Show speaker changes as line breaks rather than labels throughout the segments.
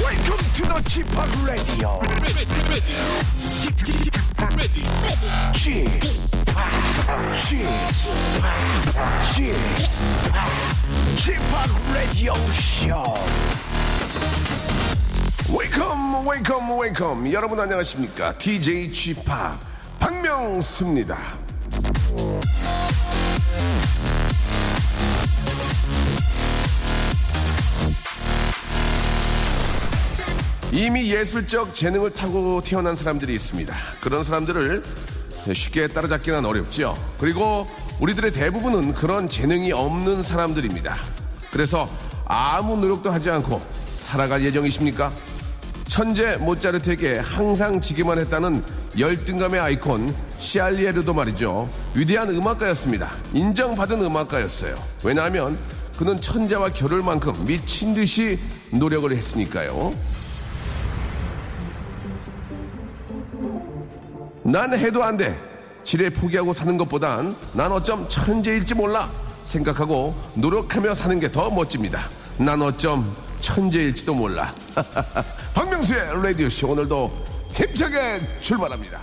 Welcome to the Chip Radio. Chip, Chip, Chip, Radio Show. Welcome, welcome, welcome. 여러분 안녕하십니까? DJ Chip 박명수입니다. 이미 예술적 재능을 타고 태어난 사람들이 있습니다. 그런 사람들을 쉽게 따라잡기는 어렵죠. 그리고 우리들의 대부분은 그런 재능이 없는 사람들입니다. 그래서 아무 노력도 하지 않고 살아갈 예정이십니까? 천재 모차르트에게 항상 지기만 했다는 열등감의 아이콘 시알리에르도 말이죠. 위대한 음악가였습니다. 인정받은 음악가였어요. 왜냐하면 그는 천재와 겨룰 만큼 미친 듯이 노력을 했으니까요. 난 해도 안 돼. 지레 포기하고 사는 것보단 난 어쩜 천재일지 몰라 생각하고 노력하며 사는 게 더 멋집니다. 난 어쩜 천재일지도 몰라. 박명수의 라디오 씨 오늘도 힘차게 출발합니다.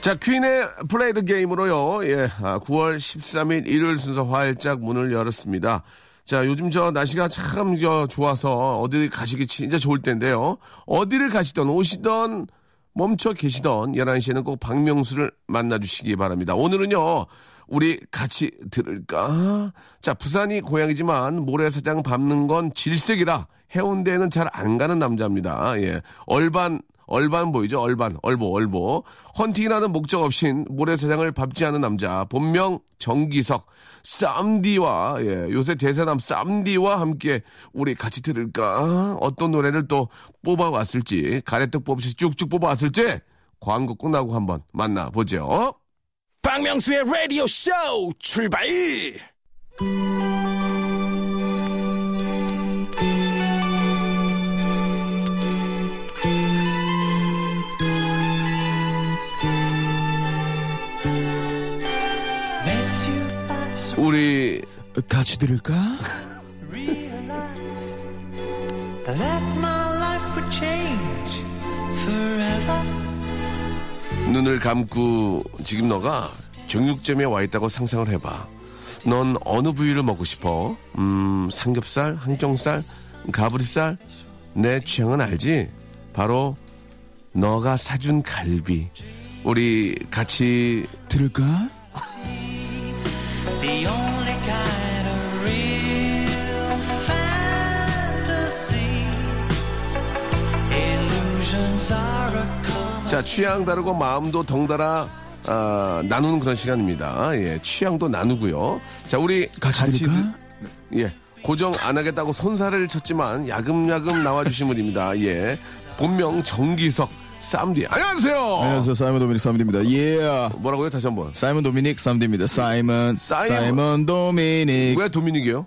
자, 퀸의 플레이드 게임으로요. 예, 아, 9월 13일 일요일 순서 활짝 문을 열었습니다. 자, 요즘 저 날씨가 참 저, 좋아서 어디 가시기 진짜 좋을 텐데요. 어디를 가시던 오시던 멈춰 계시던 11시에는 꼭 박명수를 만나주시기 바랍니다. 오늘은요. 우리 같이 들을까? 자, 부산이 고향이지만 모래사장 밟는 건 질색이라 해운대에는 잘 안 가는 남자입니다. 예. 얼반 얼반 보이죠? 얼반, 얼보, 얼보. 헌팅이라는 목적 없인 모래사장을 밟지 않은 남자, 본명 정기석, 쌈디와, 예, 요새 대세남 쌈디와 함께 우리 같이 들을까? 어떤 노래를 또 뽑아왔을지, 가래떡 뽑듯이 쭉쭉 뽑아왔을지, 광고 끝나고 한번 만나보죠.
박명수의 라디오 쇼 출발!
우리
같이 들을까?
realize that my life would change forever.
눈을 감고 지금 너가 정육점에 와 있다고 상상을 해봐. 넌 어느 부위를 먹고 싶어? 음, 삼겹살, 항정살, 가브리살? 내 취향은 알지? 바로 너가 사준 갈비. 우리 같이
들을까?
The only kind of real fantasy. Illusions are a common.
자 취향 다르고 마음도 덩달아 아, 나누는 그런 시간입니다. 예, 취향도 나누고요. 자 우리
같이 들을까?
들- 예, 고정 안 하겠다고 손살을 쳤지만 야금야금 나와주신 분입니다. 예, 본명 정기석 쌈디 안녕하세요.
안녕하세요, 사이먼 도미닉 쌈디입니다. 예.
뭐라고요? 다시 한번.
사이먼 도미닉 쌈디입니다.
사이먼.
사이먼, 사이먼 도미닉.
왜 도민이게요?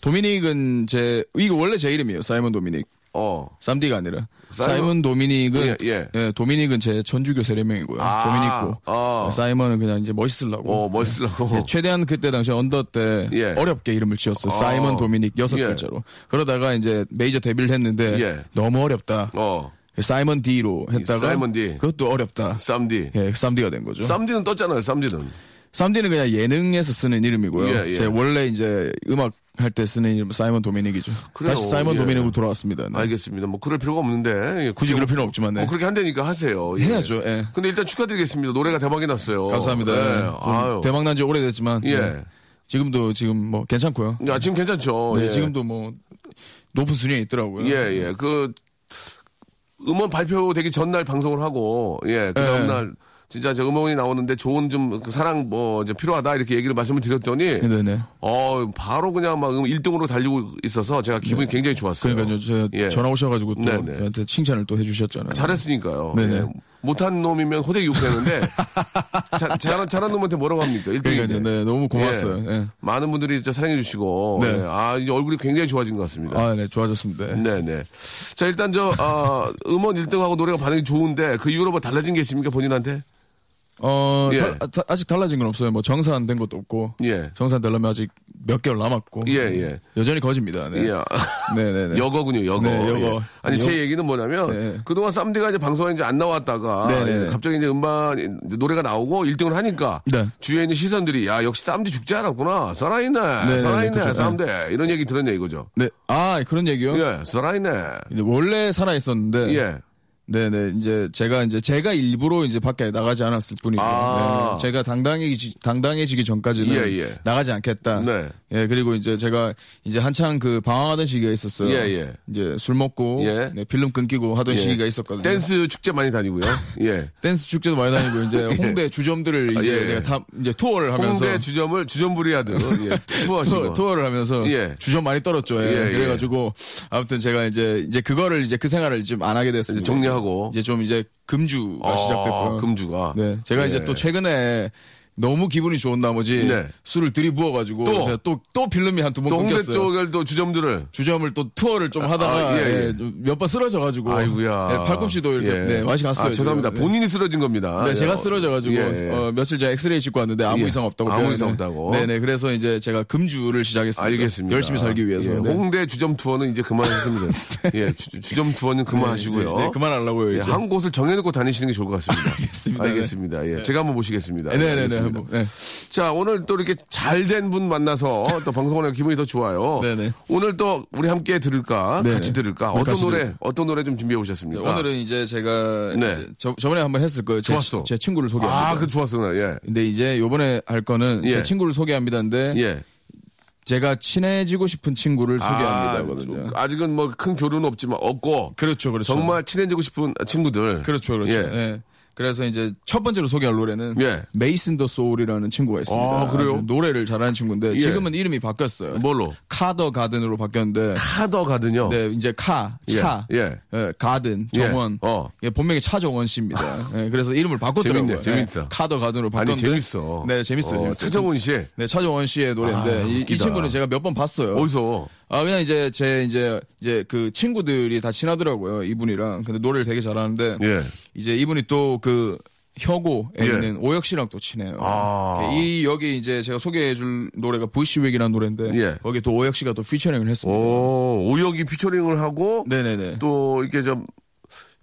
도미닉은 제 이거 원래 제 이름이에요. 사이먼 도미닉.
어.
쌈디가 아니라
사이먼-
사이먼, 도미닉은
예, 예. 도민이고요.
도미닉은 제 전주교 세례명이고요.
아,
도미닉고 네,
어.
사이먼은 그냥 이제 멋있으려고
어 멋있으려고.
예, 최대한 그때 당시 언더 때
예.
어렵게 이름을 지었어요. 사이먼 도미닉 여섯
예.
글자로. 그러다가 이제 메이저 데뷔를 했는데
예.
너무 어렵다.
어.
사이먼 D로 했다가
사이먼 D.
그것도 어렵다.
쌈디.
예, 쌈디가 된 거죠.
쌈디는 떴잖아요. 쌈디는.
쌈디는 그냥 예능에서 쓰는 이름이고요.
예, 예.
제 원래 이제 음악 할 때 쓰는 이름 사이먼 도미닉이죠.
그래요.
다시 사이먼
예.
도미닉으로 돌아왔습니다. 네.
알겠습니다. 뭐 그럴 필요가 없는데 예,
굳이 그럴 필요는 없지만 네.
어, 그렇게 한다니까 하세요. 예.
해야죠. 예.
근데 일단 축하드리겠습니다. 노래가 대박이 났어요.
감사합니다. 네.
예. 아유.
대박 난 지 오래됐지만
예.
네. 지금도 지금 뭐 괜찮고요.
야, 아, 지금 괜찮죠.
네,
예.
지금도 뭐 높은 순위에 있더라고요.
예, 예. 그 음원 발표되기 전날 방송을 하고 예, 그 다음
예.
날 진짜 저 음원이 나오는데 좋은 좀그 사랑 뭐 이제 필요하다 이렇게 얘기를 말씀을 드렸더니
네네.
어, 바로 그냥 막 1등으로 달리고 있어서 제가 기분이 굉장히 좋았어요.
네. 그러니까요. 저
예.
전화 오셔가지고 또
네네.
저한테 칭찬을 또 해주셨잖아요.
잘했으니까요.
네네.
예. 못한 놈이면 호되게 욕하는데 자- 잘한 잘한 놈한테 뭐라고 합니까? 1등인데.
그러니까요. 네, 너무 고맙어요.
예.
예.
많은 분들이 진짜 사랑해주시고.
네.
예. 아, 이제 얼굴이 굉장히 좋아진 것 같습니다.
아, 네, 좋아졌습니다. 네.
네네. 자, 일단 저, 아, 음원 1등하고 노래가 반응이 좋은데 그 이후로 뭐 달라진 게 있습니까? 본인한테?
어,
예.
달- 아, 다- 아직 달라진 건 없어요. 뭐 정산 된 것도 없고.
예.
정산 되려면 아직 몇 개월 남았고.
예, 예.
여전히 거집니다. 네.
예.
네, 네, 네.
여거군요, 여거.
네, 여거.
예. 아니,
여-
제 얘기는 뭐냐면,
네.
그동안 쌈디가 이제 방송에 이제 안 나왔다가,
네, 네,
예,
네.
갑자기 이제 음반, 이제 노래가 나오고 1등을 하니까,
네.
주위에 있는 시선들이, 야, 역시 쌈디 죽지 않았구나. 살아있네.
네, 네,
살아있네.
그렇죠.
쌈디. 이런 얘기 들었냐, 이거죠.
네. 아, 그런 얘기요?
예, 살아있네.
이제 원래 살아 있었는데
예.
네네 이제 제가 이제 제가 일부러 이제 밖에 나가지 않았을 뿐이고
아.
네, 제가 당당해지 당당해지기 전까지는
예, 예.
나가지 않겠다.
네.
예 그리고 이제 제가 이제 한창 그 방황하던 시기가 있었어요.
예, 예.
이제 술 먹고
예.
네, 필름 끊기고 하던
예.
시기가 있었거든요.
댄스 축제 많이 다니고요. 예.
댄스 축제도 많이 다니고 이제 홍대 주점들을 이제
예.
내가 다 이제 투어를 하면서
홍대 주점을 주점부리하듯 예, 투어하시고.
투어, 를 하면서
예.
주점 많이 떨었죠. 예.
예, 예.
그래가지고 아무튼 제가 이제 이제 그거를 이제 그 생활을 좀 안 하게 됐습니다.
이제 정리하고.
이제 좀 이제 금주가
아,
시작됐고요.
금주가.
네, 제가 이제
예.
또 최근에 너무 기분이 좋은 나머지
네.
술을 들이부어가지고
또?
제가 또, 또 필름이 한 두 번
또 홍대
끊겼어요.
쪽을 또 주점들을.
주점을 또 투어를 좀 하다가
아, 예, 예.
몇 번 쓰러져가지고
아이고야.
네, 팔꿈치도 이렇게
예.
네, 맛이 갔어요.
아, 죄송합니다.
지금. 네.
본인이 쓰러진 겁니다.
네,
예.
제가 쓰러져가지고
예, 예.
어, 며칠 전에 엑스레이 찍고 왔는데 아무
예.
이상 없다고
아무
표현을-
이상 없다고.
네네 그래서 이제 제가 금주를 시작했습니다.
알겠습니다.
열심히 살기 위해서.
예,
네.
홍대 주점 투어는 이제 그만했습니다. 예, 주, 주점 투어는 그만하시고요.
네, 네, 그만하려고요
예,
이제.
한 곳을 정해놓고 다니시는 게 좋을 것 같습니다.
알겠습니다. 네.
알겠습니다. 예, 제가 한번 모시겠습니다. 예,
네네네.
알겠습니다.
한번, 네.
자, 오늘 또 이렇게 잘 된 분 만나서 또 방송하는 기분이 더 좋아요.
네네.
오늘 또 우리 함께 들을까?
네네.
같이 들을까?
오늘
어떤
같이
노래,
들을까? 네,
어떤 노래 좀 준비해 오셨습니까?
오늘은 이제 제가
아. 네.
이제 저, 저번에 한번 했을 거예요. 제,
좋았어.
제 친구를 소개합니다.
아, 그 좋았어요. 예.
근데 이제 요번에 할 거는
예.
제 친구를 소개합니다인데
예.
제가 친해지고 싶은 친구를 소개합니다거든요.
아, 직은 뭐 큰 교류는 없지만 없고
그렇죠, 그렇죠.
정말 친해지고 싶은 친구들.
그렇죠, 그렇죠.
예.
예. 그래서 이제 첫 번째로 소개할 노래는
예.
메이슨 더 소울이라는 친구가 있습니다.
아, 그래요? 예.
아주 노래를 잘하는 친구인데 지금은 이름이 바뀌었어요.
뭘로?
카더 가든으로 바뀌었는데
카더 가든요.
네, 이제 카, 차,
예, 예.
예, 가든, 정원.
예, 어. 아.
예, 본명이 차정원 씨입니다. 예, 그래서 이름을 바꿨더라고요.
재밌네, 재밌다.
예, 카더 가든으로
아니
바꿨는데.
재밌어.
네, 재밌어요.
어,
재밌어요.
차정훈 씨
네, 차정원 씨의
아,
노래인데 이, 이
웃기다.
친구는 제가 몇 번 봤어요.
어디서?
아 그냥 이제 제 이제 이제 그 친구들이 다 친하더라고요 이분이랑 근데 노래를 되게 잘하는데
예.
이제 이분이 또 그 혁오에
예.
있는 오혁 씨랑 또 친해요.
아.
이 여기 이제 제가 소개해줄 노래가 부시윅이라는 노래인데
예.
거기 또 오혁 씨가 또 피처링을 했습니다.
오 오혁이 피처링을 하고
네네네.
또 이렇게 좀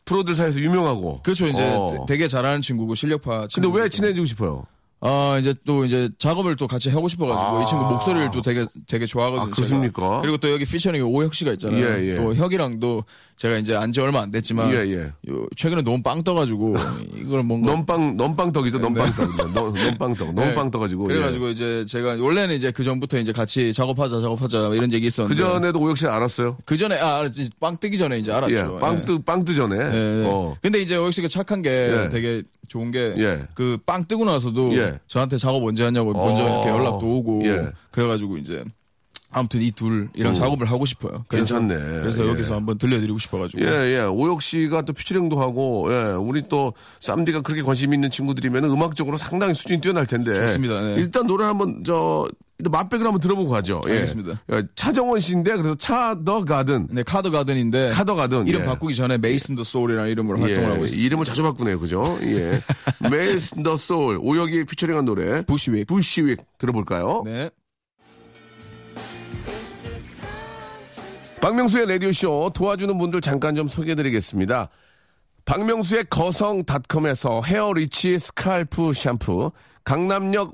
프로들 사이에서 유명하고.
그렇죠 이제
어.
되- 되게 잘하는 친구고 실력파.
근데
친구.
왜 친해지고 싶어요?
아 이제 또 이제 작업을 또 같이 하고 싶어가지고
아.
이 친구 목소리를 또 되게 되게 좋아하거든요.
아, 그렇습니까?
제가. 그리고 또 여기 피처링에 오혁 씨가 있잖아요.
예, 예.
또 혁이랑도 제가 이제 안지 얼마 안 됐지만
예, 예.
요- 최근에 너무 빵 떠가지고 이걸 뭔가
넘빵 넘빵떡이죠 넘빵떡 넘- 넘빵떡 넘빵떡 가지고.
네.
예.
그래가지고 이제 제가 원래는 이제 그 전부터 이제 같이 작업하자 작업하자 이런 얘기 있었는데
그 전에도 오혁 씨는 알았어요.
그 전에 아 알았지. 빵 뜨기 전에 이제 알았죠.
예,
예.
빵뜨 빵뜨 전에.
예, 예.
어.
근데 이제 오혁 씨가 착한 게
예.
되게 좋은 게
예.
그 빵 뜨고 나서도
예.
저한테 작업 언제 하냐고 먼저
어.
이렇게 연락도 오고
예.
그래가지고 이제 아무튼 이 둘이랑 작업을 하고 싶어요. 그래서-
괜찮네.
그래서
예.
여기서 한번 들려드리고 싶어가지고.
예, 예. 오혁 씨가 또 피처링도 하고, 예. 우리 또, 쌈디가 그렇게 관심 있는 친구들이면 음악적으로 상당히 수준이 뛰어날 텐데.
좋습니다, 네.
일단 노래 한번, 저, 일단 맛백을 한번 들어보고 가죠. 예.
알겠습니다. 음,
예, 차정원 씨인데, 그래서 차 더 가든,
근데 네, 카드 가든인데
카더 가든.
이름
예.
바꾸기 전에 메이슨 더 소울이라는 이름으로 활동을 하고
예.
있어요.
이름을 자주 바꾸네요. 그죠? 예. 메이스 더 소울, 오혁이 피처링한 노래.
부시웨이.
부시윅 들어볼까요?
네.
박명수의 라디오쇼 도와주는 분들 잠깐 좀 소개해드리겠습니다. 박명수의 거성닷컴에서 헤어리치 스칼프 샴푸, 강남역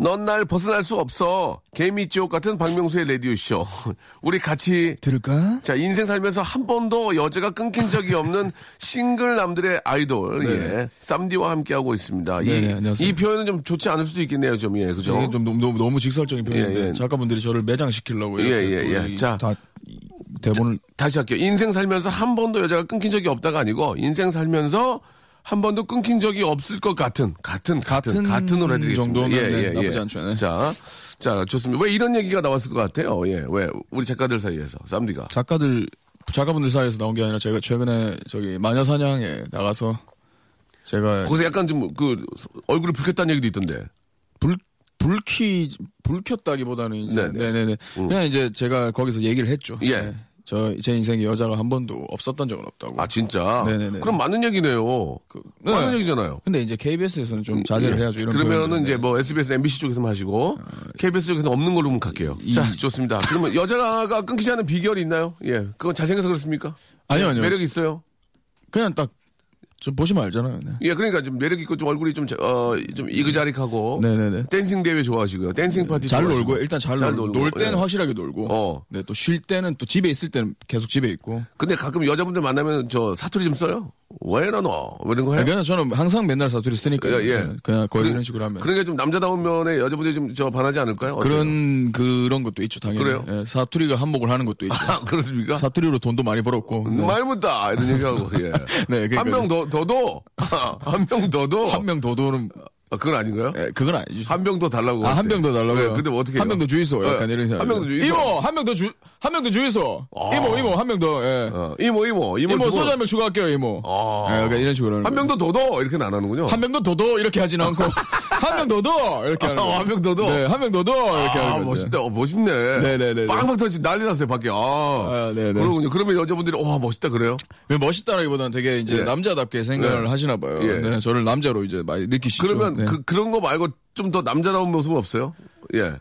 넌 날 벗어날 수 없어. 개미지옥 같은 박명수의 라디오쇼. 우리 같이
들을까?
자, 인생 살면서 한 번도 여자가 끊긴 적이 없는 싱글 남들의 아이돌, 예. 쌈디와 함께하고 있습니다.
네,
이,
네, 안녕하세요.
이 표현은 좀 좋지 않을 수도 있겠네요, 좀, 예, 그죠?
이게 좀 너무, 너무, 너무 직설적인 표현인데
예, 예.
작가분들이 저를 매장시키려고
예,
이렇게
예,
또
예.
이-
자.
다 이- 대본을
다시 할게요. 인생 살면서 한 번도 여자가 끊긴 적이 없다가 아니고, 인생 살면서 한 번도 끊긴 적이 없을 것 같은, 같은, 같은,
같은
같은 으로 해드리겠습니다. 예,
정도는 네, 나쁘지 않죠. 네.
자, 자, 좋습니다. 왜 이런 얘기가 나왔을 것 같아요? 예, 왜? 우리 작가들 사이에서, 쌈디가.
작가들 작가분들 사이에서 나온 게 아니라 제가 최근에 저기 마녀사냥에 나가서 제가
거기서 약간 좀, 그, 얼굴을 붉혔다는 얘기도 있던데.
불 불키 불켰다기보다는 이제
네네. 음.
네네네 그냥 이제 제가 거기서 얘기를 했죠. 네.
예.
저 제 인생에 여자가 한 번도 없었던 적은 없다고.
아, 진짜?
네네네.
그럼 맞는 얘기네요. 맞는
네.
얘기잖아요.
근데 이제 KBS에서는 좀 자제를
예.
해야죠. 이런 네.
그러면은
표현들은.
이제 뭐 SBS, MBC 쪽에서만 하시고 KBS 쪽에서는 없는 걸로만 갈게요.
이-
자, 좋습니다. 그러면 여자가 끊기지 않은 비결이 있나요? 예, 그건 잘생겨서 그렇습니까?
아니요 아니요.
매력 이 있어요.
그냥 딱 좀 보시면 알잖아요. 네.
예, 그러니까 좀 매력 있고 좀 얼굴이 좀 어 좀 이그자릭하고
네네네.
댄싱 대회 좋아하시고요. 댄싱 파티
잘
좋아하시고.
놀고 일단 잘, 놀고 놀 때는
예.
확실하게 놀고.
어.
네, 또 쉴 때는 또 집에 있을 때는 계속 집에 있고.
근데 가끔 여자분들 만나면 저 사투리 좀 써요. 왜 나노? 뭐 이런 거 해요.
아, 그냥 저는 항상 맨날 사투리 쓰니까
예, 예.
그냥- 그냥 거의 그런 식으로 하면
그러니까 좀 남자다운 면에 여자분들이 좀 저 반하지 않을까요? 어때요?
그런 그런 것도 있죠 당연히.
그래요?
예, 사투리가 한몫을 하는 것도 있죠.
아, 그렇습니까?
사투리로 돈도 많이 벌었고. 네.
말 못다 이런 얘기하고 예.
네, 그러니까-
한 명 더 더도 한 명 더도
한 명 더 도는
아, 그건 아닌가요?
예, 그건 아니죠.
한 명 더 달라고
아, 한
그때.
명 더 달라고.
네, 근데 뭐 어떻게
한 명 더 주이소. 약간
예.
이런 생각.
한명더 주이소.
이모, 한 명 더 주, 한 명 더 주이소.
아.
이모, 이모, 한 명 더. 예.
어, 이모 이모 이모,
이모
주고
소주 한 명 추가할게요, 이모.
아.
예, 약간 이런 식으로. 하는
한
거예요.
명 더 더도 이렇게는 안 하는군요.
한 명 더 더도 이렇게 하진 않고 한 명 더도 이렇게 하는
아,
거.
한명더 더?
네, 한 명 더도 이렇게
아,
하는 거.
멋있다. 어, 멋있네.
네네네네.
빵빵 터지 난리 났어요, 밖에. 아.
네네.
그러군요. 그러면 여자분들이, 와, 멋있다, 그래요?
네, 멋있다라기보다는 되게 이제
예.
남자답게 생각을
네.
하시나 봐요.
예.
네, 저를 남자로 이제 많이 느끼시죠.
그러면
네.
그, 그런 거 말고 좀 더 남자다운 모습은 없어요? 예.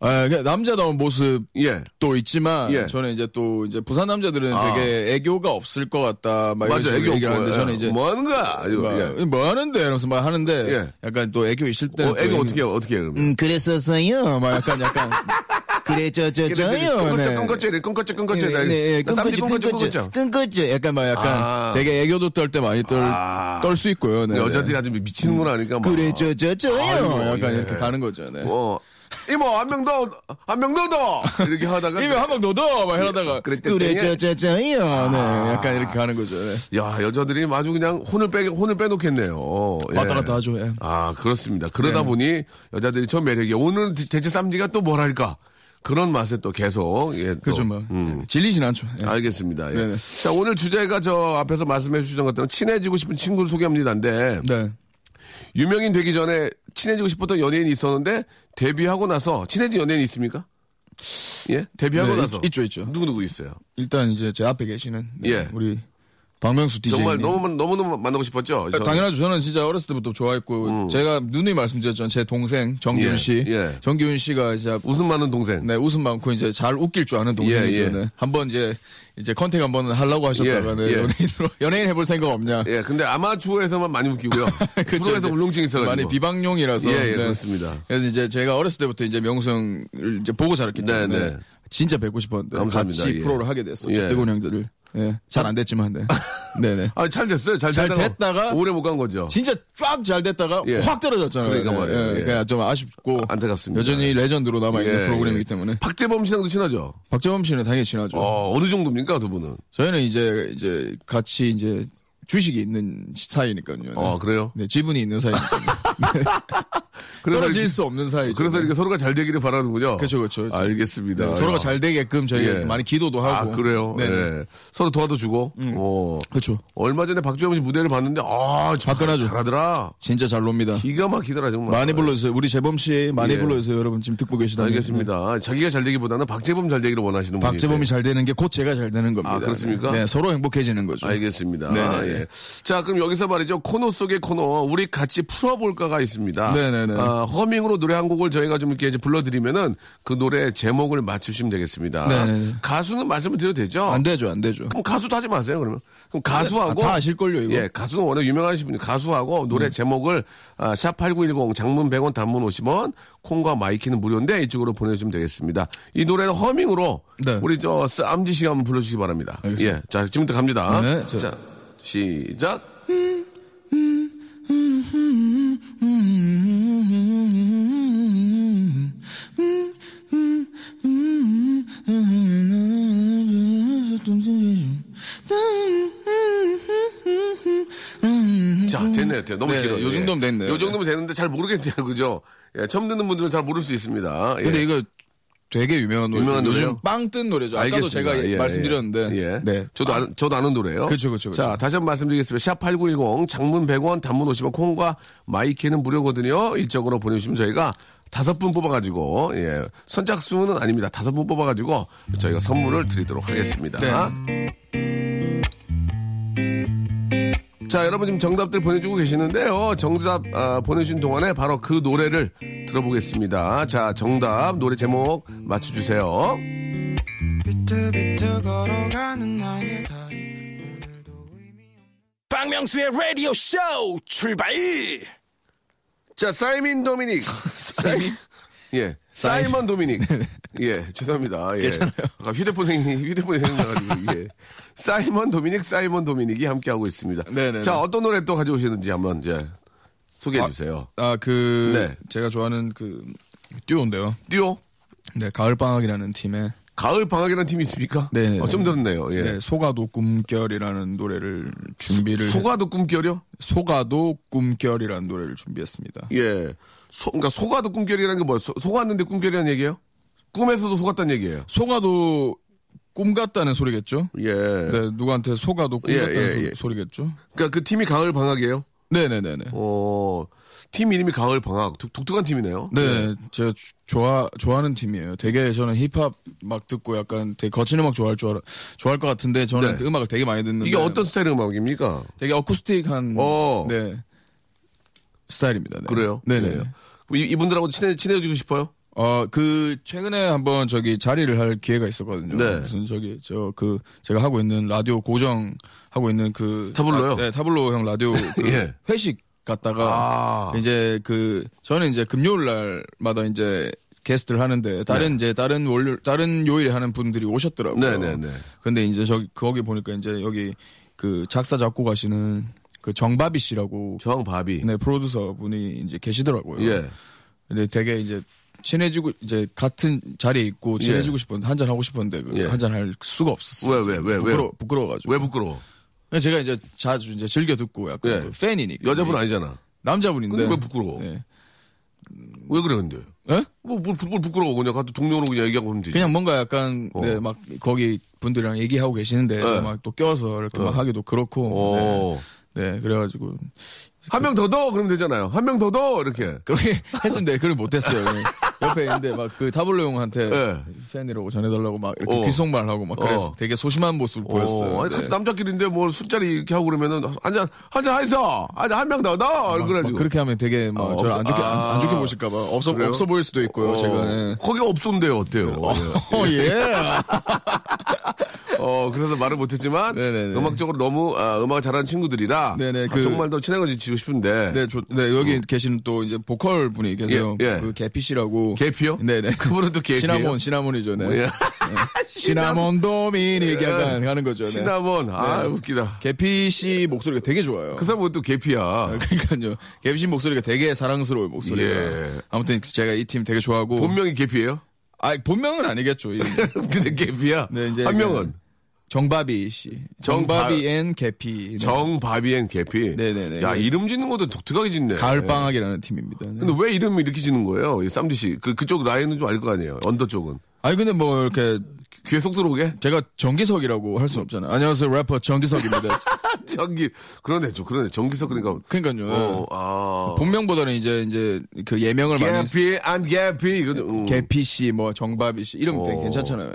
아, 그냥 남자다운 모습
예.
도 있지만
예.
저는 이제 또 이제 부산 남자들은
아.
되게 애교가 없을 것 같다 막 이런
맞아,
식으로
애교
얘기를
없고.
하는데 저는
예.
이제
뭐 하는 거야? 이거,
막,
예.
뭐 하는데 이러면서 막 하는데
예.
약간 또 애교 있을 때
어, 애교 어떻게, 해요? 어떻게 해요, 그러면?
음, 그랬었어요.
막 약간 약간
그래, 저, 저,
음,
저요.
끊거째,
네.
끊거째, 이래, 끊거째, 끊거째.
네, 네, 네.
나 예,
끊거죠,
쌈디 끊거째,
끊거죠.
끊거째.
끊거죠.
약간 막 약간
아.
되게 애교도 떨 때 많이 떨
아.
떨 수 있고요. 네, 네.
여자들이 아주 미치는구나 하니까. 막.
그래, 저, 저,
어,
저요.
약간
예.
이렇게 가는 거죠. 네.
어. 이모, 한 명 더, 한 명 더 더! 이렇게 하다가.
입에 한번 넣어둬 막 이러다가
그랬더니.
그래, 저, 저, 저요.
네,
네.
약간 이렇게 가는 거죠. 네.
야, 여자들이 아주 그냥 혼을 빼, 혼을 빼놓겠네요. 예.
왔다 갔다 하죠. 예.
아, 그렇습니다. 그러다
네.
보니 여자들이 저 매력이 오늘 대- 대체 쌈디가 또 뭘 할까? 그런 맛에 또 계속, 예. 또.
그죠 뭐 질리진 않죠. 예.
알겠습니다. 예.
네네.
자, 오늘 주제가 저 앞에서 말씀해 주시던 것처럼 친해지고 싶은 친구를 소개합니다인데
네.
유명인 되기 전에 친해지고 싶었던 연예인이 있었는데 데뷔하고 나서 친해진 연예인이 있습니까? 예? 데뷔하고
네,
나서
있- 있죠, 있죠.
누구 누구 있어요?
일단 이제 제 앞에 계시는 네,
예.
우리 박명수 DJ 님.
정말 너무 너무 너무 만나고 싶었죠.
아, 당연하죠. 저는 진짜 어렸을 때부터 좋아했고 제가 누누이 말씀드렸던 제 동생 정기훈
예,
씨.
예.
정기훈 씨가 진짜
웃음 많은 동생.
네, 웃음 많고 이제 잘 웃길 줄 아는 동생이죠.
예, 예.
네. 한번 이제 이제 컨택 한번 하려고 하셨다가
예,
네,
예.
연예인으로 연예인 해볼 생각 없냐.
예, 근데 아마추어에서만 많이 웃기고요.
그쵸,
프로에서
이제
울렁증 있어가지고.
많이 비방용이라서. 네.
예, 예, 그렇습니다.
그래서 이제 제가 어렸을 때부터 이제 명성을 이제 보고 자랐기
네,
때문에
네.
진짜 뵙고 싶었는데
감사합니다,
같이
예.
프로를 하게 됐어요.
예.
뜨거운 형들을. 예. 잘 안 됐지만 네. 네, 네.
아, 잘 됐어요. 잘,
잘 됐다가
오래 못 간 거죠.
진짜 쫙 잘 됐다가
예.
확 떨어졌잖아요.
그러니까
네,
말이에요.
예.
예.
그러니까 좀 아쉽고
아, 안타깝습니다.
여전히 레전드로 남아 있는
예,
뭐 프로그램이기
예.
때문에 네.
박재범 씨랑도 친하죠.
박재범 씨는 당연히 친하죠.
어, 어느 정도입니까, 두 분은?
저희는 이제 이제 같이 이제 주식이 있는 사이니까요. 네.
어, 그래요?
네, 지분이 있는 사이니까 떨어질
이렇게-
수 없는 사이죠.
그래서 이렇게 서로가 잘 되기를 바라는군요.
그쵸, 그쵸, 그쵸.
알겠습니다.
네, 서로가 잘 되게끔 저희가
아, 예.
많이 기도도
아,
하고.
그래요?
네.
예. 서로 도와도 주고. 어.
그렇죠.
얼마 전에 박재범 씨 무대를 봤는데, 아, 참
화끈하죠.
잘하더라.
진짜 잘 놉니다.
기가 막히더라, 정말.
많이 불러주세요. 우리 재범 씨 많이
예.
불러주세요. 여러분 지금 듣고 계시다.
알겠습니다. 자기가 잘 되기보다는 박재범 잘 되기를 원하시는 분이
박재범이 잘 되는 게 곧 제가 잘 되는 겁니다.
아, 그렇습니까?
네, 서로 행복해지는 거죠.
알겠습니다.
네네네.
아, 예. 자, 그럼 여기서 말이죠. 코너 속의 코너, 우리 같이 풀어볼까가 있습니다.
네네네. 네네.
아, 허밍으로 노래 한 곡을 저희가 좀 이렇게 이제 불러드리면은 그 노래 제목을 맞추시면 되겠습니다.
네네네.
가수는 말씀을 드려도 되죠?
안 되죠, 안 되죠.
그럼 가수도 하지 마세요, 그러면. 그럼 가수하고.
다- 다 아실걸요, 이거? 음.
예, 가수는 워낙 유명하신 분이 가수하고 노래 제목을, 아, 샵8910 장문 100원 단문 50원, 콩과 마이키는 무료인데 이쪽으로 보내주시면 되겠습니다. 이 노래는 허밍으로.
네.
우리 저, 쌈지 씨가 한번 불러주시기 바랍니다.
알겠습니다.
예. 자, 지금부터 갑니다.
네, 저-
자, 시작. 자, 됐네요. 됐네요. 너무
네,
길어요. 예.
요 정도면 됐네요.
요 정도면 되는데 잘 모르겠네요. 그죠? 예, 처음 듣는 분들은 잘 모를 수 있습니다. 예.
근데 이거 되게 유명한 노래.
유명한 노래요?
요즘 빵 뜬 노래죠. 아까도
알겠습니다.
제가
예,
말씀드렸는데.
예.
네. 그렇죠,
저도 아는, 저도 아는 노래예요.
그쵸, 그쵸, 그쵸.
자, 다시 한 번 말씀드리겠습니다. 샵8910 장문 100원, 단문 50원, 콩과 마이키는 무료거든요. 이쪽으로 보내 주시면 저희가 다섯 분 뽑아 가지고 예. 선착순은 아닙니다. 다섯 분 뽑아 가지고 저희가 선물을 드리도록 하겠습니다.
네.
자, 여러분 지금 정답들 보내주고 계시는데요. 정답 아, 보내주신 동안에 바로 그 노래를 들어보겠습니다. 자, 정답 노래 제목 맞춰주세요.
비트비트 걸어가는 나의 다리 오늘도 의미 없는
박명수의 라디오 쇼 출발!
자, 사이민 도미닉. 사이... 예. 사이먼 도미닉.
네.
예, 죄송합니다. 예. 아까 휴대폰 생 휴대폰이 생각나가지고, 예. 사이먼 도미닉, 사이먼 도미닉이 함께하고 있습니다.
네네네.
자, 어떤 노래 또 가져오시는지 한번 이제 소개해주세요.
아, 그,
네.
제가 좋아하는 그, 듀오인데요.
듀오?
네, 가을방학이라는 팀의
가을 방학이라는 팀이 있습니까?
네네네.
어, 좀 들었네요. 예.
네, 소가도 꿈결이라는 노래를 준비를.
소가도 꿈결이요?
소가도 꿈결이라는 노래를 준비했습니다.
예. 소, 그러니까 소가도 꿈결이라는 게 뭐예요? 소, 속았는데 꿈결이라는 얘기예요? 꿈에서도 속았다는 얘기예요.
소가도 꿈 같다는 소리겠죠?
예.
네, 누구한테 소가도 꿈
예,
같다는
예,
소-
예.
소리겠죠?
그러니까 그 팀이 가을 방학이에요?
네네네네.
어, 팀 이름이 가을 방학. 독, 독특한 팀이네요.
네, 제가 주- 좋아 좋아하는 팀이에요. 되게 저는 힙합 막 듣고 약간 되게 거친 음악 좋아할 줄 알아, 좋아할 것 같은데 저는
네.
음악을 되게 많이 듣는데
이게 어떤 스타일의 음악입니까?
되게 어쿠스틱한
어.
네 스타일입니다. 네.
그래요?
네네.
예. 그럼 이, 이분들하고 친해, 친해지고 싶어요?
어그 최근에 한번 저기 자리를 할 기회가 있었거든요.
네.
무슨 저기 저 그 제가 하고 있는 라디오 고정 하고 있는 그
타블로요?
아, 네, 타블로 형 라디오 그
예.
회식 갔다가
아.
이제 그 저는 이제 금요일 날마다 이제 게스트를 하는데 다른 이제 다른 월요 다른 요일에 하는 분들이 오셨더라고요.
네. 네네네.
근데 이제 저기 거기 보니까 이제 여기 그 작사 작곡하시는 그 정바비 씨라고
정바비.
네 프로듀서 분이 이제 계시더라고요.
예.
근데 되게 이제 친해지고 이제 같은 자리에 있고 친해지고 싶었는데 한잔 하고 싶었는데 그
예.
한잔 할 수가 없었어요.
왜, 왜, 왜, 왜?
부끄러 부끄러워가지고.
왜 부끄러워?
그래서 제가 이제 자주 이제 즐겨 듣고 약간
예.
그 팬이니까
여자분 아니잖아.
남자분인데
근데 왜 부끄러워?
예.
왜 그래, 근데?
예?
뭐, 뭘, 부- 뭘 부끄러워. 그냥 가서 동료로 그냥 얘기하고 하면 되지.
그냥 뭔가 약간 네, 막 거기 분들이랑 얘기하고 계시는데
어. 예. 어.
막 또 껴서 이렇게 막 하기도 그렇고
오.
네. 네, 그래가지고
한 명 더 넣어! 그러면 되잖아요. 한 명 더 넣어! 이렇게.
그렇게 했는데 그걸 못했어요. 그냥 옆에 있는데 막 그 타블로 형한테
예.
팬이라고 전해달라고 막 이렇게
어.
귓속말하고 막 그래서
어.
되게 소심한 모습을 보였어요.
어, 아니,
네.
남자끼리인데 뭘 술자리 이렇게 하고 그러면은 한 잔, 한잔 하이서! 한 명 더 넣어!
막,
그래가지고.
막 그렇게 하면 되게 막
아,
저를
없어-
안 좋게 안, 안 좋게
아.
보실까봐 없어
그래요?
없어 보일 수도 있고요. 제가 네.
거기가 없었는데요, 어때요? 예.
어 예.
어, 그래서 말을 못했지만
네네네.
음악적으로 너무 아, 음악을 잘하는 친구들이라
네네,
아,
그-
정말 더 친해지고 싶은데
네, 저, 네 여기 계시는 또 이제 보컬 분이 계세요.
어. 예, 예.
그 개피 씨라고.
개피요?
네네.
그분은 또 개피예요?
시나몬 시나몬이죠. 네.
예.
시나몬 도미닉 약간 하는 거죠. 네.
시나몬, 아 웃기다.
개피 씨 목소리가 되게 좋아요.
그 사람은 또 개피야.
아, 그러니까요. 개피 씨 목소리가 되게 사랑스러워요, 목소리가.
네. 예.
아무튼 제가 이 팀 되게 좋아하고.
본명이 개피예요?
아, 본명은 아니겠죠. 이-
근데 개피야.
네, 이제
한
그-
명은
정바비 씨.
정바-
정바비 앤 개피. 네.
정바비엔 개피.
네네네.
야 이름 짓는 것도 독특하게 짓네.
가을방학이라는 팀입니다. 네.
근데 왜 이름을 이렇게 짓는 거예요? 이 쌈디 씨. 그, 그쪽 라인은 좀 알 거 아니에요? 언더 쪽은.
아니, 근데 뭐, 이렇게,
귀에 속 들어오게?
제가 정기석이라고 할 순 없잖아요. 안녕하세요, 래퍼 정기석입니다.
전기. 그러네, 좀 그러네. 전기석 그러니까.
그러니까요.
어, 아.
본명보다는 이제, 이제, 그 예명을 네. 많이.
개피, 음. I'm 개피. 이거
개피 씨, 뭐, 정바비 씨, 이름 되게
어.
괜찮잖아요.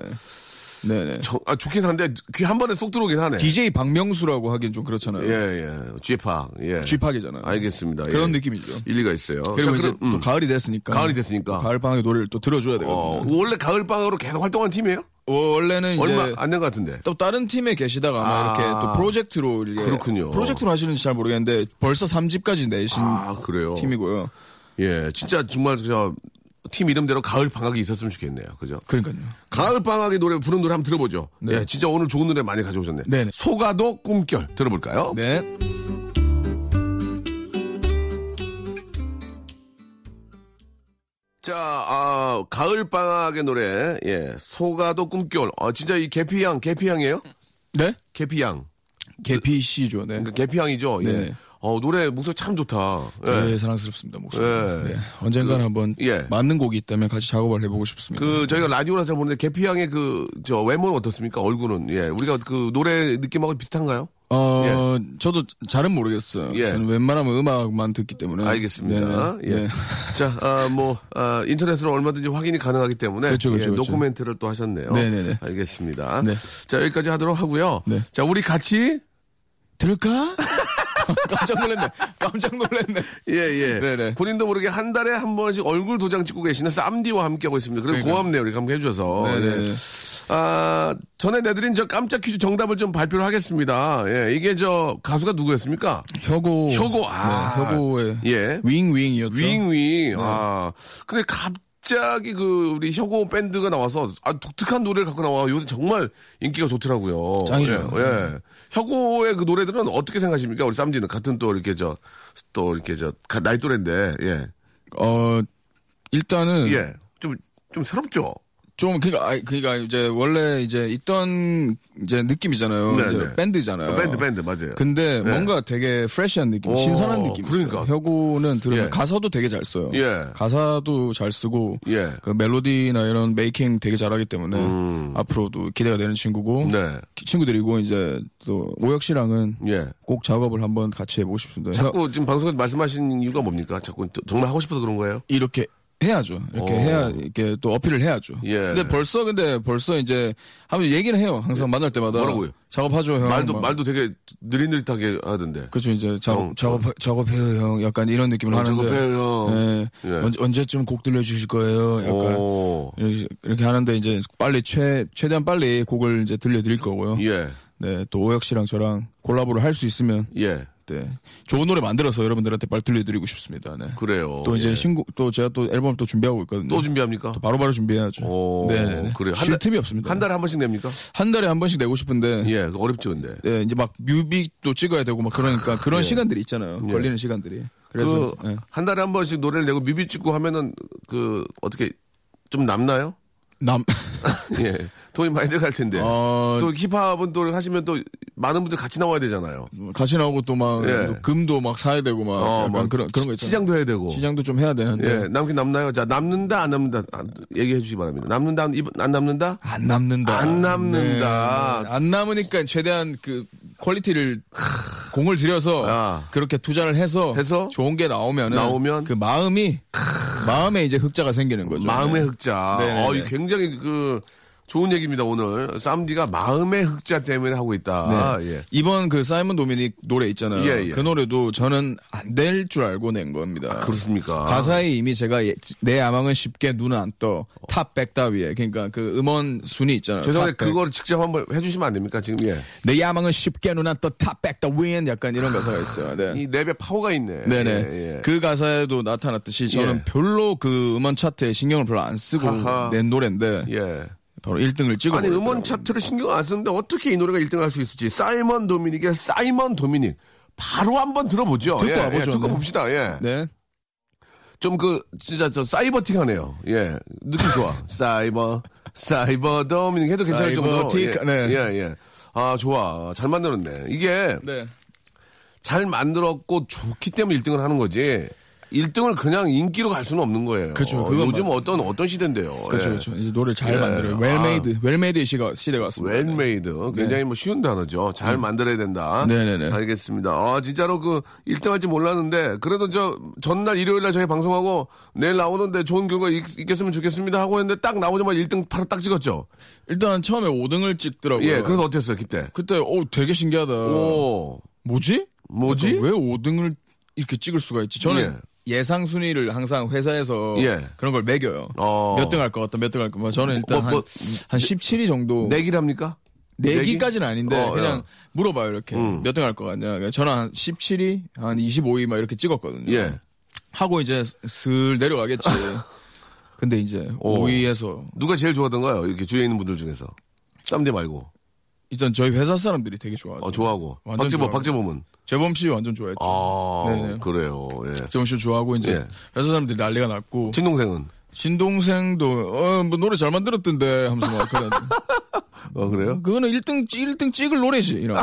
네네.
저- 아, 좋긴 한데 귀 한 번에 쏙 들어오긴 하네.
DJ 박명수라고 하긴 좀 그렇잖아요.
예, 예. 쥐팍. 예.
쥐팍이잖아요.
알겠습니다.
그런
예.
느낌이죠.
일리가 있어요. 자,
그리고 이제
그럼, 음.
또 가을이 됐으니까.
가을이 됐으니까.
가을 방학의 노래를 또 들어줘야
어,
되거든요.
원래 가을방학으로 계속 활동한 팀이에요?
원래는 이제
얼마 안 된 것 같은데.
또 다른 팀에 계시다가 아마
아.
이렇게 또 프로젝트로 이렇게
그렇군요.
프로젝트로 하시는지 잘 모르겠는데 벌써 3집까지 내신
아, 그래요.
팀이고요.
예, 진짜 정말 저 팀 이름대로 가을 방학이 있었으면 좋겠네요. 그죠?
그러니까요.
가을 방학의 노래 부른 노래 한번 들어보죠. 예, 진짜 오늘 좋은 노래 많이 가져오셨네.
네. 네네.
소가도 꿈결 들어볼까요?
네.
자, 아, 가을 방학의 노래. 예, 소가도 꿈결. 아, 진짜 이 계피향, 계피향이에요?
네?
계피향.
개피 씨죠. 네.
그러니까 계피향이죠. 예.
네.
어, 노래 목소리 참 좋다. 예.
네, 사랑스럽습니다 목소리.
예.
네. 언젠가는
그,
한번
예.
맞는 곡이 있다면 같이 작업을 해보고 싶습니다.
그 저희가 라디오라 잘 모르는데 계피향의 그 저 외모는 어떻습니까? 얼굴은 예 우리가 그 노래 느낌하고 비슷한가요?
어, 저도 잘은 모르겠어요.
예.
저는 웬만하면 음악만 듣기 때문에.
알겠습니다.
네.
예.
네.
자, 아, 뭐, 아, 인터넷으로 얼마든지 확인이 가능하기 때문에
그렇죠, 그렇죠,
예,
그렇죠.
노코멘트를 또 하셨네요.
네네네.
알겠습니다.
네.
자, 여기까지 하도록 하고요.
네.
자, 우리 같이
들을까? 깜짝 놀랐네. 깜짝 놀랐네.
예, 예.
네네.
본인도 모르게 한 달에 한 번씩 얼굴 도장 찍고 계시는 쌈디와 함께하고 있습니다. 그래서
그러니까요.
고맙네요. 우리 함께 해주셔서.
네네.
예. 아, 전에 내드린 저 깜짝 퀴즈 정답을 좀 발표를 하겠습니다. 예, 이게 저 가수가 누구였습니까?
혁오.
혁오, 아.
네, 혁오의.
예.
윙윙이었죠. 네.
윙윙. 아. 근데 갑자기 그 우리 혁오 밴드가 나와서 아 독특한 노래를 갖고 나와 요새 정말 인기가 좋더라고요.
짱이죠.
예. 예. 혁오의 그 노래들은 어떻게 생각하십니까? 우리 쌈디는 같은 또 이렇게 저 또 이렇게 저 가- 나이 또래인데 예.
어, 일단은.
예. 좀 좀 새롭죠.
좀 그니까 아 그니까 이제 원래 이제 있던 이제 느낌이잖아요.
네,
이제
네.
밴드잖아요.
밴드 밴드 맞아요.
근데
네.
뭔가 되게 프레시한 느낌,
오,
신선한 느낌.
그러니까.
혁오는 들으면
예.
가사도 되게 잘 써요.
예.
가사도 잘 쓰고
예.
그 멜로디나 이런 메이킹 되게 잘하기 때문에 앞으로도 기대가 되는 친구고
음. 네.
기- 친구들이고 이제 또 오혁 씨랑은
예.
꼭 작업을 한번 같이 해보고 싶습니다. 혀-
자꾸 지금 방송에서 말씀하신 이유가 뭡니까? 자꾸 저- 정말 하고 싶어서 그런 거예요?
이렇게 해야죠. 이렇게
오.
해야 이렇게 또 어필을 해야죠.
예.
근데 벌써 근데 벌써 이제 하면 얘기는 해요. 항상 만날 때마다
예. 뭐라고요?
작업하죠 형.
말도
막.
말도 되게 느릿느릿하게 하던데.
그렇죠 이제 작업
형,
작업 작업해요 형 약간 이런 느낌을
어,
하는데
작업해요, 형.
예.
예.
언제 언제쯤 곡 들려주실 거예요 약간
오.
이렇게, 이렇게 하는데 이제 빨리 최 최대한 빨리 곡을 이제 들려드릴 거고요
예.
네또 오혁 씨랑 저랑 콜라보를 할 수 있으면
예.
네 좋은 노래 만들어서 여러분들한테 빨리 들려드리고 싶습니다 네.
그래요.
또 이제
예.
신곡 또 제가 또 앨범 또 준비하고 있거든요
또 준비합니까?
또 바로바로 준비해야죠
오,
네네네
그래요. 한
쉴
달-
틈이 없습니다
한 달에 한 번씩 냅니까?
한 달에 한 번씩 내고 싶은데
예, 그거 어렵죠, 근데.
예, 이제 막 뮤직도 찍어야 되고 막 그러니까 그런 시간들이 있잖아요. 걸리는 시간들이. 그래서
예. 그,
예.
한 달에 한 번씩 노래를 내고 뮤비 찍고 하면은, 그, 어떻게, 좀 남나요?
남
예. 돈이 많이 들어갈 텐데.
어,
또 힙합은 또 하시면 또 많은 분들 같이 나와야 되잖아요.
같이 나오고 또 막
예. 어,
금도 막 사야 되고 막뭐 약간
막
그런 그런 거 있잖아요.
뭐 시장도 해야 되고.
시장도 좀 해야 되는데
예, 남긴 남나요? 자, 남는다, 안 남는다. 아, 얘기해 주시기 바랍니다. 남는다, 안- 입- 안 남는다?
안 남는다.
안 남는다.
네, 네. 안 남으니까 최대한 그 퀄리티를 공을 들여서
아.
그렇게 투자를 해서
해서
좋은 게 나오면
나오면
그 마음이 마음에 이제 흑자가 생기는 거죠.
마음의
네.
흑자.
네네네.
어, 이 굉장히 그, 좋은 얘기입니다, 오늘. 쌈디가 마음의 흑자 때문에 하고
네.
있다. 예.
이번 그 사이먼 도미닉 노래 있잖아요.
예, 예.
그 노래도 저는 안 될 줄 알고 낸 겁니다.
그렇습니까?
가사에 이미 제가 예- 내 야망은 쉽게 눈 안 떠. 탑백 따위에. 그러니까 그 음원 순위 있잖아요. 네.
죄송한데
탑백.
그거를 직접 한번 해주시면 안 됩니까? 지금 예.
내 야망은 쉽게 눈 안 떠. 탑백 따위엔 약간 이런 가사가 있어요. 네.
이 랩에 파워가 있네.
네네.
예, 예.
그 가사에도 나타났듯이 저는
예.
별로 그 음원 차트에 신경을 별로 안 쓰고
하하.
낸 노래인데
예.
바로 1등을 찍어.
아니 음원 차트를 신경 안 쓰는데 어떻게 이 노래가 1등할 수 있을지 사이먼 도미닉의 사이먼 도미닉 바로 한번 들어보죠.
듣고
예,
와보죠.
예, 듣고
네.
봅시다. 예.
네.
좀 그 진짜 저 사이버틱하네요. 예. 느낌 좋아. 사이버 사이버 도미닉 해도 괜찮을 정도로.
사이버틱,
예.
네.
예, 예. 아 좋아. 잘 만들었네. 이게
네.
잘 만들었고 좋기 때문에 1등을 하는 거지. 1등을 그냥 인기로 갈 수는 없는 거예요.
그쵸, 그건
요즘 어떤 어떤 시대인데요.
그렇죠,
예.
그렇죠. 이제 노래를 잘
예.
만들어요. 웰메이드, 웰메이드의 시가, 시대가 왔습니다.
웰메이드 굉장히 뭐 쉬운 단어죠. 잘 만들어야 된다.
네. 음. 네네네.
알겠습니다. 아 진짜로 그 1등 할지 몰랐는데 그래도 저 전날 일요일 날 저희 방송하고 내일 나오는데 좋은 결과 있, 겠으면 좋겠습니다 하고 했는데 딱 나오자마자 1등 바로 딱 찍었죠.
일단 처음에 5등을 찍더라고요.
예. 그래서 어땠어요 그때?
그때 오 되게 신기하다.
오.
뭐지?
뭐지?
약간 왜 5등을 이렇게 찍을 수가 있지? 저는 예. 상 순위를 항상 회사에서
예.
그런 걸 매겨요.
어.
몇 등 할 것 같다, 몇 등 할 것 같다. 저는 일단
뭐, 네 뭐,
한, 한 17위 정도.
내기랍니까? 내기?
까지는 아닌데
어,
그냥
예. 음.
물어봐요 이렇게 몇 등 할 것 같냐. 그러니까 저는 한 17위, 한 25위 막 이렇게 찍었거든요.
예.
하고 이제 슬 내려가겠지. 근데 이제
오.
5위에서
누가 제일 좋아하던가요? 이렇게 주위에 있는 분들 중에서 쌈대 말고
일단 저희 회사 사람들이 되게 좋아하죠.
어, 좋아하고
완전
박재범
좋아하고.
박재범은
재범 씨 완전 좋아했죠.
아
네네.
그래요. 예.
재범 씨 좋아하고 이제
예.
회사 사람들이 난리가 났고
친동생은
신동생도 어, 뭐 노래 잘 만들었던데 하면서 막 그래.
어 그래요?
그거는 1등 1등 찍을 노래지 이런.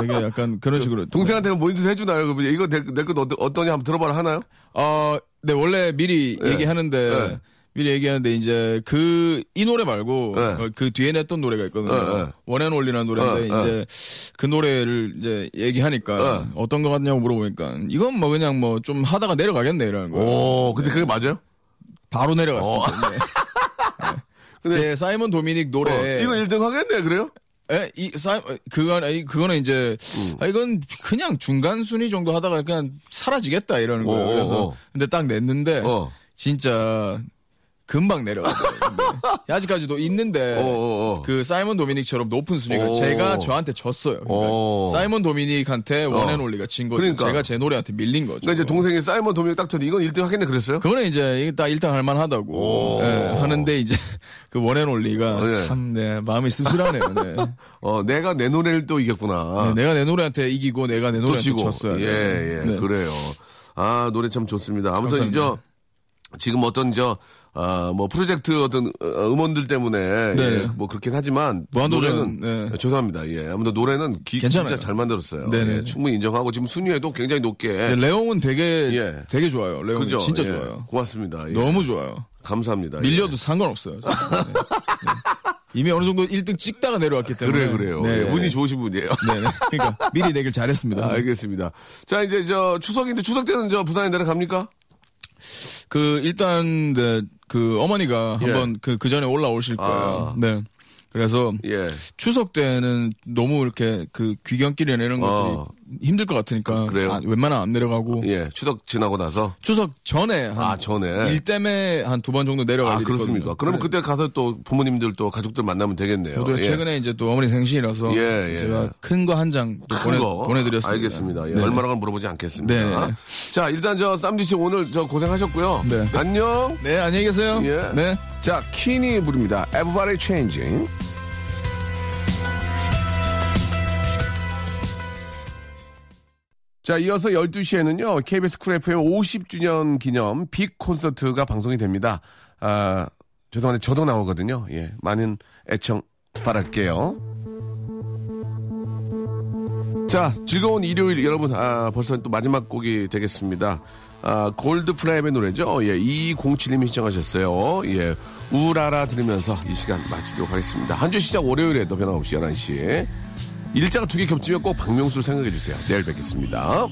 되게 약간 그런 식으로
동생한테는 모니터 해주나요? 그럼 이거 내내것 어떠냐 한번 들어봐라 하나요?
어, 네 원래 미리
예.
얘기하는데
예.
미리 얘기하는데 이제 그 이 노래 말고
예.
어, 그 뒤에 냈던 노래가 있거든요.
예, 예.
원앤올리라는 노래인데
예,
이제 그 노래를 이제 얘기하니까 어떤 거 같냐고 물어보니까 이건 뭐 그냥 뭐 좀 하다가 내려가겠네 이러는 거예요.
오, 근데 그게 맞아요?
바로 내려갔습니다. 네.
어. 근데-
제 사이먼 도미닉 노래
어, 이거 1등 하겠네, 그래요?
에, 이, 사, 그건, 아니, 그거는 이제,
음.
아, 이건 그냥 중간 순위 정도 하다가 그냥 사라지겠다 이러는 거예요.
오, 오,
그래서,
오.
근데 딱 냈는데,
어.
진짜, 금방 내려갔어요. 아직까지도 있는데,
어, 어, 어.
그 사이먼 도미닉처럼 높은 순위가
오.
제가 저한테 졌어요. 그러니까
오.
사이먼 도미닉한테 원앤올리가 진 거죠.
그러니까.
제가 제 노래한테 밀린 거죠.
그러니까 이제 동생이 사이먼 도미닉 딱 전에 이건 1등 하겠네 그랬어요?
그거는 이제 이게 딱 일단 할 만하다고
오.
예, 하는데 이제 그 원앤올리가
예.
참 네, 마음이 씁쓸하네요. 네.
어, 내가 내 노래를 또 이겼구나.
네, 내가 내 노래한테 이기고 내가 내 노래한테
쫓이고.
졌어요.
아. 예, 예,
네.
그래요. 아, 노래 참 좋습니다. 아무튼,
감사합니다.
저, 지금 어떤, 저, 아, 뭐, 프로젝트 어떤 어, 음원들 때문에,
네.
예, 뭐, 그렇긴 하지만,
무한도전,
노래는,
네.
죄송합니다. 예, 아무튼 노래는 기,
괜찮아요.
진짜 잘 만들었어요.
네네.
예, 충분히 인정하고, 지금 순위에도 굉장히 높게.
근데 레옹은 되게
예.
되게 좋아요. 레옹
그죠?
진짜
예,
좋아요.
고맙습니다. 예.
너무 좋아요.
감사합니다.
밀려도
예.
상관없어요. 진짜. 네. 네. 이미 어느 정도 1등 찍다가 내려왔기 때문에
그래, 그래요.
네.
예, 운이 좋으신 아, 분이에요.
네, 네. 그러니까 미리 내길 잘했습니다.
알겠습니다. 자, 이제 저 추석인데 추석 때는 저 부산에 내려갑니까?
그 일단 네, 그 어머니가
예.
한번 그, 그 전에 올라오실
아.
거예요. 네. 그래서
예.
추석 때는 너무 이렇게 그 귀경길이나 이런 것들이
어.
힘들 것 같으니까
그- 그래요?
아, 웬만하면 안 내려가고
예. 추석 지나고 나서.
추석 전에 한
아, 전에.
일 때문에 한 두 번 정도 내려갈
아,
일이
그렇습니까?
있거든요.
그러면
네.
그때 가서 또 부모님들 또 가족들 만나면 되겠네요.
저도
예.
최근에 이제 또 어머니 생신이라서
예, 예.
제가 큰 거 한 장
큰
보내
거.
보내드렸습니다.
알겠습니다. 예,
네.
얼마라고 물어보지 않겠습니다.
네.
자, 일단 저 쌈디 씨 오늘 저 고생하셨고요.
네.
안녕.
네 안녕히 계세요.
예.
네.
자, 키니 부릅니다. Everybody Changing. 자, 이어서 12시에는요, KBS 쿨 FM 50주년 기념 빅 콘서트가 방송이 됩니다. 아, 죄송한데 저도 나오거든요. 예, 많은 애청 바랄게요. 자, 즐거운 일요일 여러분, 아, 벌써 또 마지막 곡이 되겠습니다. 아, 골드프라임의 노래죠. 예, 207님이 시청하셨어요. 예, 우라라 들으면서 이 시간 마치도록 하겠습니다. 한 주 시작 월요일에도 변함없이 11시에. 일자가 두 개 겹치면 꼭 박명수를 생각해 주세요. 내일 뵙겠습니다.